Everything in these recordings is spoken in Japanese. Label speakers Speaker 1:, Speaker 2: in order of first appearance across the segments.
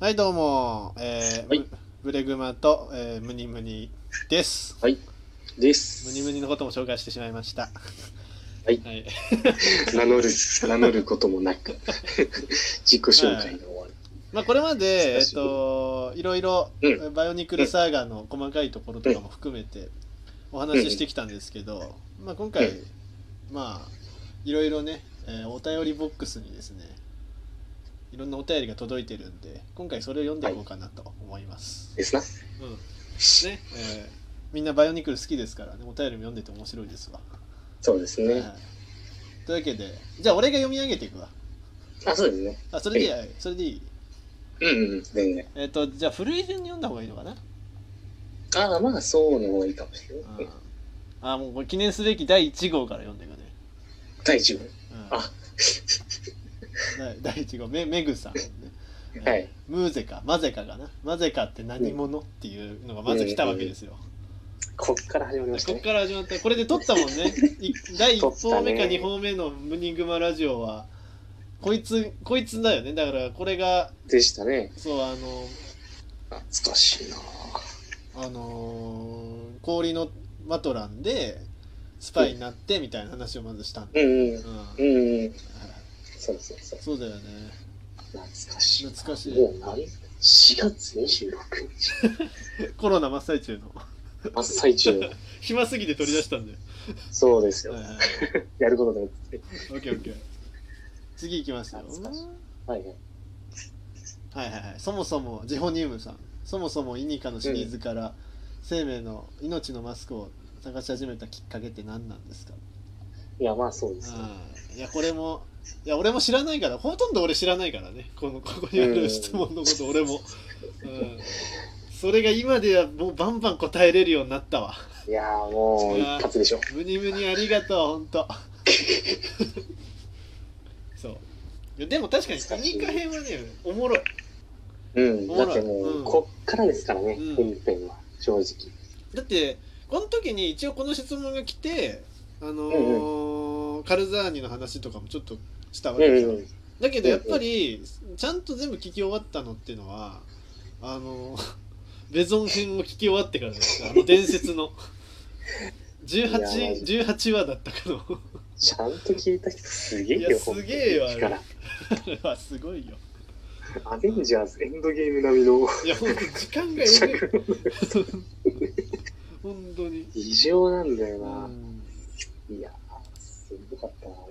Speaker 1: はい、どうも、えー
Speaker 2: はい
Speaker 1: ブブレグマと、えームニムニです。
Speaker 2: はい。で
Speaker 1: ム
Speaker 2: す。
Speaker 1: ニムニのことも紹介してしまいました。
Speaker 2: はい
Speaker 1: はい、
Speaker 2: 名乗る、名乗ることもな く、自己紹介が終わる。
Speaker 1: まあ、これまで、え
Speaker 2: 久
Speaker 1: っ
Speaker 2: しぶり
Speaker 1: と、いろいろ、
Speaker 2: う
Speaker 1: バイオニクルサーガの細かいところとかも含めてお話ししてきたんですけど、まあ、今回、
Speaker 2: うん
Speaker 1: まあ、いろいろね、えーお便りボックスにですね、いろんなお便りが届いてるんで、今回それを読んでいこうかなと思います。
Speaker 2: ですな。
Speaker 1: うんねえーみんなバイオニクル好きですからねお便りも読んでて面白いですわ、
Speaker 2: そうです
Speaker 1: はい
Speaker 2: ね。
Speaker 1: というわけでじゃあ俺が読み上げていくわ
Speaker 2: あ、そうですね。
Speaker 1: あそれでいいはいそれでいい
Speaker 2: うんうん、全然。
Speaker 1: えっ、とじゃあ古い順に読んだ方がいいのかな、
Speaker 2: ああ、まあ、そうの方がいいかもしれ
Speaker 1: あ
Speaker 2: ない。うん
Speaker 1: あもうこれ記念すべき第1号から読んでいくね、
Speaker 2: 第1問。
Speaker 1: うん
Speaker 2: あ、
Speaker 1: 第第1号メメグさん、ね
Speaker 2: はい
Speaker 1: えームーゼカマゼカかなマゼカって何者っていうのがまず来たわけですよ、
Speaker 2: こっから始まりました
Speaker 1: ここ
Speaker 2: ね。
Speaker 1: から始まったこれで撮ったもん ねい第1
Speaker 2: 撮っ
Speaker 1: 報
Speaker 2: た
Speaker 1: 目
Speaker 2: ね
Speaker 1: か2報目の「ムニグマラジオは」こいつこいつだよねだからこれが
Speaker 2: でしたね。
Speaker 1: そうあの
Speaker 2: 懐かしいな
Speaker 1: あのー氷のマトランでスパイになってみたいな話をまずしたんだ、
Speaker 2: うんうん
Speaker 1: う。ん
Speaker 2: う、んうん。そうそうそう。
Speaker 1: そうだよね
Speaker 2: 懐かしい。
Speaker 1: 懐かしい
Speaker 2: もう何 ?4 月26日。
Speaker 1: コロナ真っ最 中の
Speaker 2: 真っ最 中。
Speaker 1: 暇すぎて取り出したんだよ
Speaker 2: そうですよ
Speaker 1: はい。はいはい
Speaker 2: やることでもって。
Speaker 1: オッケーオッケー次行きますよ
Speaker 2: 懐かしいはいはい。
Speaker 1: はいはいはいそもそもジホニウムさんそもそもイニカのシリーズから生命の命のマスクを探し始めたきっかけって何なんですか、
Speaker 2: いや、まあ、そうですね。
Speaker 1: うん、いやこれもいや俺も知らないからほとんど俺知らないからねこのここにある質問のこと俺も、うん、それが今ではもうバンバン答えれるようになったわ
Speaker 2: いやーもう一発でしょ。
Speaker 1: ムニムニありがとうほん とそういやでも確かにイニカ編はねおもろい
Speaker 2: うん、
Speaker 1: ほら
Speaker 2: だってもう、
Speaker 1: うん
Speaker 2: こっからですからね、
Speaker 1: うん
Speaker 2: 本編は、正直。
Speaker 1: だってこの時に一応この質問が来てあのーカルザーニの話とかもちょっとしたわ
Speaker 2: う
Speaker 1: け
Speaker 2: ん
Speaker 1: じゃん、
Speaker 2: うん、
Speaker 1: だけどやっぱりちゃんと全部聞き終わったのっていうのはあのー ベゾン編を聞き終わってからですあの伝説の 18, 18話だったかの
Speaker 2: ちゃんと聞いた人すげえ
Speaker 1: いや
Speaker 2: よ、
Speaker 1: すげえよ
Speaker 2: 本当に
Speaker 1: あれはすごいよ
Speaker 2: 力アベンジャーズエンドゲーム並みの
Speaker 1: いやほんと時間がえぐい
Speaker 2: 尺の
Speaker 1: 本当に、
Speaker 2: 異常なんだよ
Speaker 1: う
Speaker 2: な。
Speaker 1: ん、
Speaker 2: いやー、すごかったな。も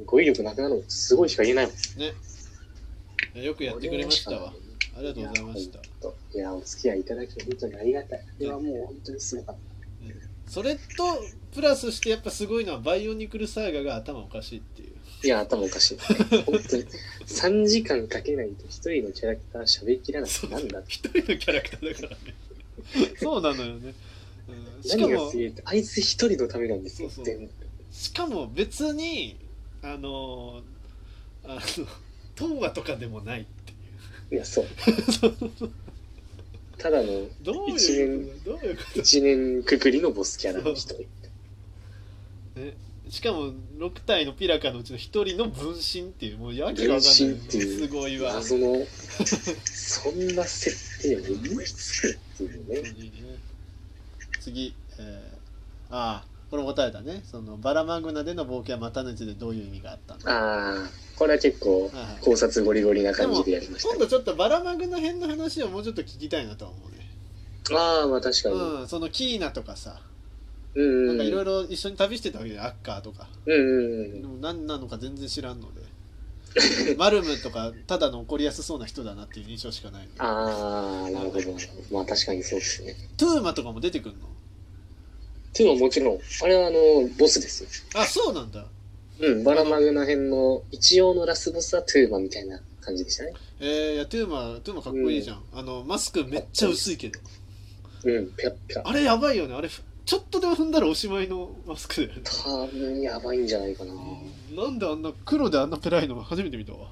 Speaker 2: う、語彙力なくなるのすごいしか言えないもん。
Speaker 1: いやよくやってくれましたわありがとうございました
Speaker 2: いやー、お付き合いいただき、本当にありがたい。これはもう、本当にすごかっ
Speaker 1: それとプラスしてやっぱすごいのはバイオニクルサーガが頭おかしいっていう
Speaker 2: た。いや、頭おかし い。本当に。3時間かけないと一人のキャラクター喋りきらな
Speaker 1: そう
Speaker 2: くてなんだって。
Speaker 1: 一人のキャラクターだからねそうなのよね、うんしか
Speaker 2: 何が
Speaker 1: も
Speaker 2: すげえって、あいつ一人のためなんですよ。
Speaker 1: そうそう
Speaker 2: 全部
Speaker 1: しかも別にあのーあの東和とかでもないってい
Speaker 2: い や、そう。ただの
Speaker 1: うどういうことどういうこ
Speaker 2: 一年くくりのボスキャラの人。
Speaker 1: と、ね、しかも6体のピラカのうちの一人の分身っていうもうやけわ
Speaker 2: 分
Speaker 1: かん
Speaker 2: 身
Speaker 1: ない
Speaker 2: ってい
Speaker 1: す
Speaker 2: う
Speaker 1: ごいわ本
Speaker 2: 謎の、そんな設定を思いつくっていう
Speaker 1: 当
Speaker 2: ね。
Speaker 1: にね次、えーああこれも答えたねそのバラマグナでの冒険はまたのちでどういう意味があったのか
Speaker 2: ああ、これは結構
Speaker 1: はいはい
Speaker 2: 考察ゴリゴリな感じでやりまし
Speaker 1: 今度ちょっとバラマグナ編の話をもうちょっと聞きたいなとは思うね、
Speaker 2: た。ああー、まあ確かに。
Speaker 1: うん、そのキーナとかさ、
Speaker 2: うん
Speaker 1: なん
Speaker 2: うん
Speaker 1: かいろ
Speaker 2: う
Speaker 1: いろ一緒に旅してたわけじゃんアッカーとか
Speaker 2: んう
Speaker 1: で
Speaker 2: ん。
Speaker 1: も何なのか全然知らんの でマルムとかただの怒りやすそうな人だなっていう印象しかないの
Speaker 2: ああ、なるほど。まあ確かにそうですね。
Speaker 1: トゥーマとかも出てくるの
Speaker 2: っていうのはもちろん、あれはあの、ボスですよ。
Speaker 1: あそうなんだ
Speaker 2: うん、バラマグナ編の一応のラスボスはトゥーマみたいな感じでしたね。
Speaker 1: えー、いやトゥーマトゥーマかっこいいじゃん、あのマスクめっちゃ薄いけど
Speaker 2: うん、ぴゃっぴゃ。
Speaker 1: あれやばいよねあれふちょっとでも踏んだらおしまいのマスクだよね
Speaker 2: 多分やばいんじゃないかな。
Speaker 1: なんであんな黒であんなペラいの初めて見たわ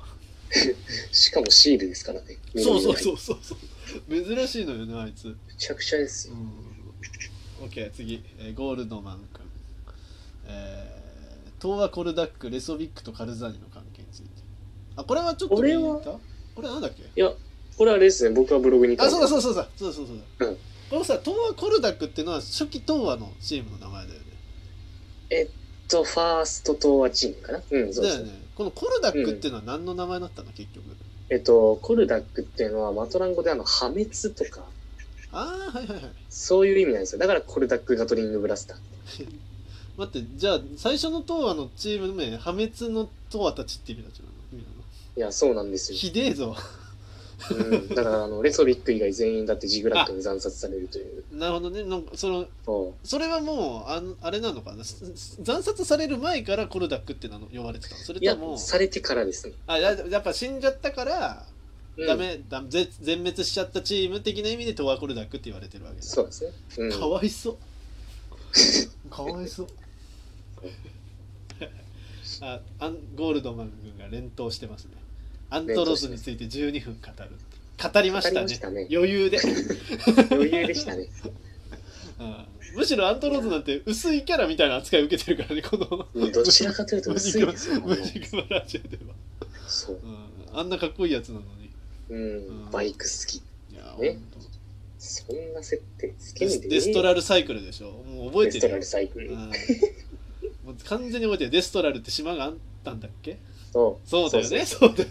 Speaker 2: しかもシールですからね。。
Speaker 1: そうそうそううそうそう 珍しいのよねあいつ
Speaker 2: めちゃくちゃですよ。
Speaker 1: うん、OK 次、えーゴールドマン君、えー、東和コルダックレソビックとカルザーニの関係についてあこれはちょっと
Speaker 2: これは
Speaker 1: 見たこれなんだっけ
Speaker 2: いや、これあれですね、僕はブログに書い
Speaker 1: あ
Speaker 2: て
Speaker 1: そうだそうだそうだそうだそうだ、
Speaker 2: うん
Speaker 1: このさ東亜コルダックっていうのは初期東亜のチームの名前だよね
Speaker 2: と、ファーストとはチームかなうん、そうで
Speaker 1: だ
Speaker 2: す
Speaker 1: よ
Speaker 2: ね。
Speaker 1: ねこのコルダックっていうのは何の名前だったの結局
Speaker 2: えっと、コルダックっていうのは、マトラン語であの、破滅とか、
Speaker 1: ああはいはいはい
Speaker 2: そういう意味なんですよ。だからコルダックガトリングブラスター。
Speaker 1: 待ってじゃあ最初の東亜のチーム名破滅の東亜たちって意味だっちゃうの意味なの
Speaker 2: いや、そうなんですよ。
Speaker 1: ひでえぞ
Speaker 2: うん、だから、あの、レソビック以外全員だってジグラックに惨殺されるという。
Speaker 1: なるほどねなんかその
Speaker 2: そ
Speaker 1: それはもうあのあれなのかなすす惨殺される前からコルダックって名の呼ばれてたのそうれ
Speaker 2: いや
Speaker 1: とも、
Speaker 2: されてからですね。
Speaker 1: あややっぱ死んじゃったから
Speaker 2: うん
Speaker 1: ダ。メ、だぜ全滅しちゃったチーム的な意味でトワコルダックって言われてるわけだ
Speaker 2: そうですね。うん。
Speaker 1: かわいそうかわいそうあアンゴールドマン君が連投してますねアントロスについて12分語る語りましたね
Speaker 2: 語りましたね
Speaker 1: 余裕で、
Speaker 2: 余裕 でしたね。
Speaker 1: うんむしろアントローズなんて薄いキャラみたいな扱い受けてるからねこの
Speaker 2: うんどちらかというと薄いですよ、
Speaker 1: ム
Speaker 2: ね。
Speaker 1: ジクマラジオでは、
Speaker 2: そう。
Speaker 1: うん、あんなかっこいいやつなのに
Speaker 2: うん。バイク好き。
Speaker 1: いや
Speaker 2: え
Speaker 1: 本当
Speaker 2: そんな設定つけ
Speaker 1: デ
Speaker 2: ねえ
Speaker 1: ス
Speaker 2: で
Speaker 1: デストラルサイクルでしょもう覚え
Speaker 2: デ
Speaker 1: て
Speaker 2: スト
Speaker 1: る
Speaker 2: ラ
Speaker 1: よ
Speaker 2: ルサイクル。
Speaker 1: うんもう完全に覚えてるデストラルって島があったんだっけ
Speaker 2: そう。
Speaker 1: そうだよねそうだよね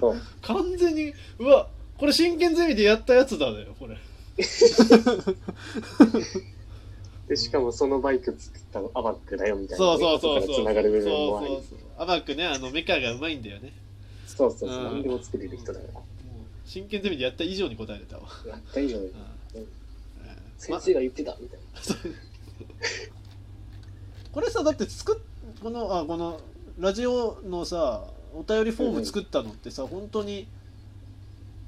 Speaker 2: そう。そう
Speaker 1: 完全にうわこれ真剣ゼミでやったやつだよこれ
Speaker 2: で、しかもそのバイク作ったのアバックだよみたいな。
Speaker 1: そうそうそうそう
Speaker 2: つ
Speaker 1: そう
Speaker 2: な
Speaker 1: そ
Speaker 2: が
Speaker 1: う
Speaker 2: る部分もあり。
Speaker 1: そうアバックねあのメカがうまいんだよね
Speaker 2: そうそうそう。
Speaker 1: うん
Speaker 2: 何でも作れる人だから。
Speaker 1: もう真剣ゼミでやった以上に答えれたわ、
Speaker 2: やった以上
Speaker 1: うんうん
Speaker 2: 先
Speaker 1: ま
Speaker 2: 生が言ってたみたいな。
Speaker 1: これさだって作っこのあこのラジオのさお便りフォーム作ったのってさ、本当に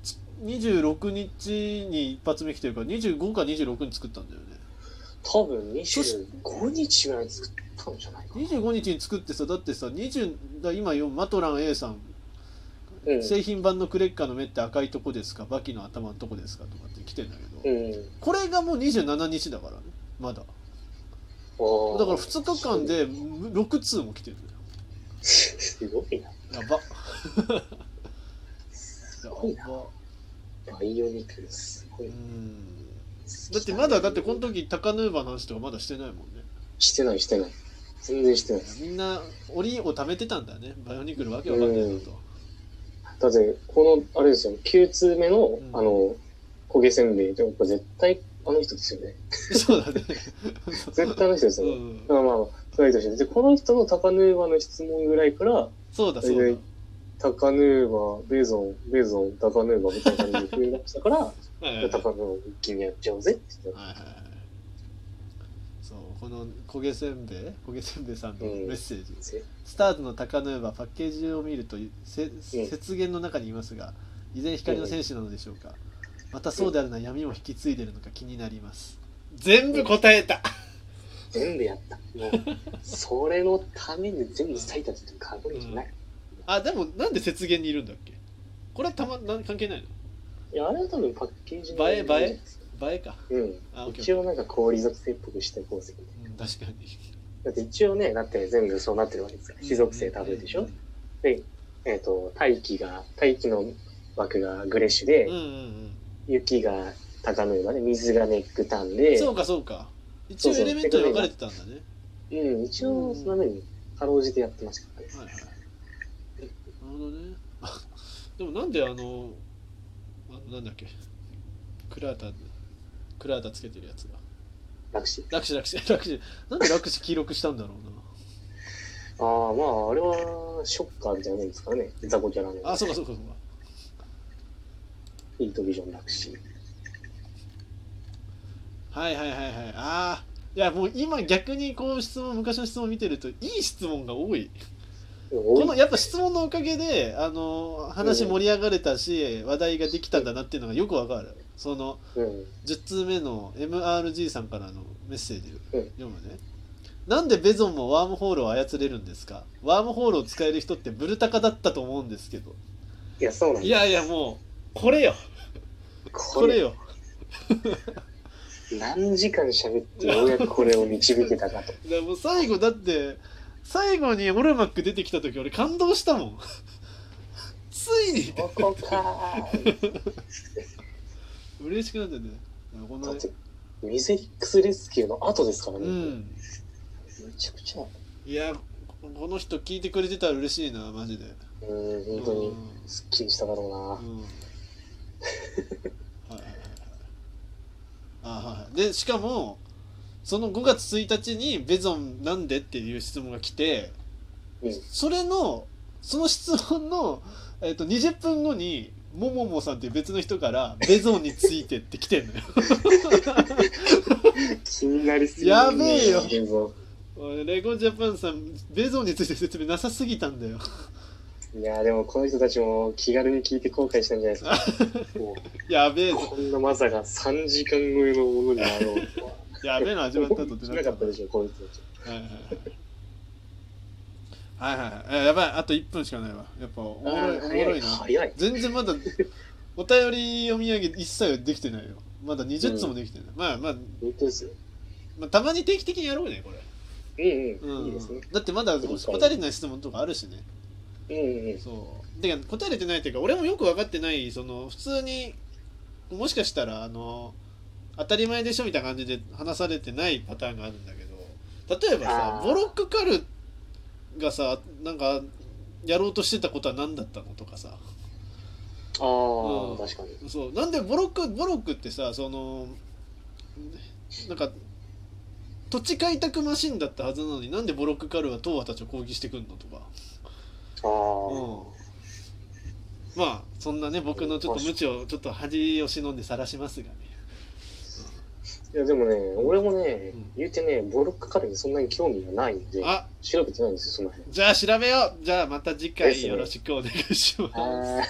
Speaker 1: つ26日に一発目来てるから25か26に作ったんだよね
Speaker 2: 多分25日ぐらいに作ったんじゃないかな。
Speaker 1: 25日に作ってさだってさ20だ今よマトラン A さん
Speaker 2: うん。
Speaker 1: 製品版のクレッカーの目って赤いとこですかバキの頭のとこですかとかって来てんだけど、
Speaker 2: うん。
Speaker 1: これがもう27日だからねまだ
Speaker 2: おー
Speaker 1: だから2日間。で6通も来てるんだよ
Speaker 2: すごいな。
Speaker 1: やば。
Speaker 2: すごいな。バイオニクルすご
Speaker 1: う
Speaker 2: い。
Speaker 1: ん。だってまだだってこの時タカヌーバの話とかまだしてないもんね。
Speaker 2: してないしてない。全然してない。
Speaker 1: みんな檻を貯めてたんだよね。バイオニクルわけわかんないなと。
Speaker 2: だって、この、あれですよ、9通目の、
Speaker 1: ん
Speaker 2: あの、焦げせんべいで、これ絶対あの人ですよね。
Speaker 1: そうだね。
Speaker 2: 絶対あの人です
Speaker 1: う
Speaker 2: よね。
Speaker 1: ん。
Speaker 2: まあまあまあ、それはいいとして。で、この人の高ヌーバの質問ぐらいから、
Speaker 1: そうだそう
Speaker 2: 高ヌーバ、ベーゾン、ベーゾン、高ヌーバみたいな感じで増え出したから、
Speaker 1: だ。はいはいはい。はい
Speaker 2: 高ヌーバ一気にやっちゃおうぜって言って
Speaker 1: はいはい。そう、この焦げせんべい焦げせんべいさんのメッセージ。
Speaker 2: たんですよ。
Speaker 1: スターズの高ヌーバパッケージを見るとせ雪原の中にいますが依然光の戦士なのでしょうかまたそうであるな闇を引き継いでるのか気になります全部答えた
Speaker 2: 全部やった。もう、それのために全部咲いたって過言じゃない。
Speaker 1: あでもなんで雪原にいるんだっけこれはたまなん関係ない
Speaker 2: いや、あれは多分パッケージの
Speaker 1: 映え映えの映えか、
Speaker 2: うん
Speaker 1: あオッケー
Speaker 2: 一応なんか氷属性っぽくしていこうぜみたいな。
Speaker 1: うん、確かに
Speaker 2: だって一応ね、だって全部そうなってるわけですから。火属性多分でしょ、で、えっ、と、大気が、大気の枠がグレッシュで、
Speaker 1: うんうんうん、
Speaker 2: 雪が高めまで、水がネックタン
Speaker 1: う
Speaker 2: で、
Speaker 1: ん、そうかそうか一応エレメントに分かれてたんだね
Speaker 2: うん、一応そのために、かろうじてやってましたからね。
Speaker 1: はいはい。なるほどね。あでもなんであの、あのなんだっけ、クラータ、クラータつけてるやつが。
Speaker 2: 楽しい。
Speaker 1: 楽し楽し 楽し。なんで楽し黄色くしたんだろ
Speaker 2: ああ、まあ、あれは、ショッカーみたいなもんですからね。ザコキャラ
Speaker 1: う
Speaker 2: の。
Speaker 1: な。あ、そうかそうかそうか。
Speaker 2: ヒートビジョン楽しい。
Speaker 1: はいはいはいはい。ああ。いやもう今逆にこう質問昔の質問見てるといい質問が多いこのやっぱ質問のおかげであの話盛り上がれたし話題ができたんだなっていうのがよくわかるその
Speaker 2: うん。
Speaker 1: 10通目の MRG さんからのメッセージ
Speaker 2: うん
Speaker 1: 読むね、なんでベゾンもワームホールを操れるんですかワームホールを使える人ってブルタカだったと思うんですけど
Speaker 2: いや、そうなん
Speaker 1: い
Speaker 2: だ。
Speaker 1: やいやもうこれよこ
Speaker 2: こ
Speaker 1: れ
Speaker 2: れ、
Speaker 1: よ
Speaker 2: 何時間喋って、ようやくこれを導けたか
Speaker 1: だか
Speaker 2: と。
Speaker 1: らもう最後だって最後にオルマック出てきた時俺感動したもんついに
Speaker 2: ここかー
Speaker 1: 嬉しくなってねこんな
Speaker 2: だってミゼリックスレスキューの後ですから
Speaker 1: う
Speaker 2: ね、
Speaker 1: ん
Speaker 2: めちゃくちゃ
Speaker 1: いやこの人聞いてくれてたら嬉しいなマジで
Speaker 2: うん本当にすっきりしただろうな、
Speaker 1: うんはいはいはいはいあはいはいでしかもその5月1日に「ベゾンなんで?」っていう質問が来て、
Speaker 2: うん
Speaker 1: それのその質問の、えっと20分後にもももさんっていう別の人から「ベゾンについて」って来てんのよ
Speaker 2: 気になりすぎ
Speaker 1: やべえよ
Speaker 2: 現像
Speaker 1: おいレゴジャパンさんベゾンについて説明なさすぎたんだよ
Speaker 2: いやでもこの人たちも気軽に聞いて後悔したんじゃな いですかも
Speaker 1: やべえ
Speaker 2: う
Speaker 1: ぞ
Speaker 2: こんなまさか3時間超えのものになろうとは
Speaker 1: やべえの始まったとって
Speaker 2: なかったで
Speaker 1: は
Speaker 2: しょこいつたち
Speaker 1: いはいはいはいはいはいえやばいあと1分しかないわやっぱおもろいおもろいな
Speaker 2: 早い
Speaker 1: 全然まだお便り読み上げ一切できてないよまだ20つもできてない、まあまあ、
Speaker 2: 本当ですよ
Speaker 1: まあたまに定期的にやろうねこれ、
Speaker 2: うんうん、
Speaker 1: うん、
Speaker 2: いいですね
Speaker 1: だってまだ答えれてない質問とかあるしね
Speaker 2: うんうん
Speaker 1: そうで答えれてないっていうか俺もよく分かってないその普通にもしかしたらあの当たり前でしょみたいな感じで話されてないパターンがあるんだけど例えばさ
Speaker 2: あー
Speaker 1: ボロックカルがさなんかやろうとしてたことは何だったのとかさ
Speaker 2: ああ、
Speaker 1: うん
Speaker 2: 確かに
Speaker 1: そうなんでボロックボロックってさそのなんか土地開拓マシンだったはずなのになんでボロックカルは東亜たちを攻撃してくんのとか
Speaker 2: ああ
Speaker 1: まあそんなね僕のちょっと無知をちょっと恥を忍んで晒しますがね
Speaker 2: いやでもね俺もね
Speaker 1: うん
Speaker 2: 言うてねボロックカレーにそんなに興味がないんで
Speaker 1: あ
Speaker 2: 調べてないんですよその辺
Speaker 1: じゃあ調べようじゃあまた次
Speaker 2: で
Speaker 1: 回
Speaker 2: すね
Speaker 1: よろしくお願いします
Speaker 2: あー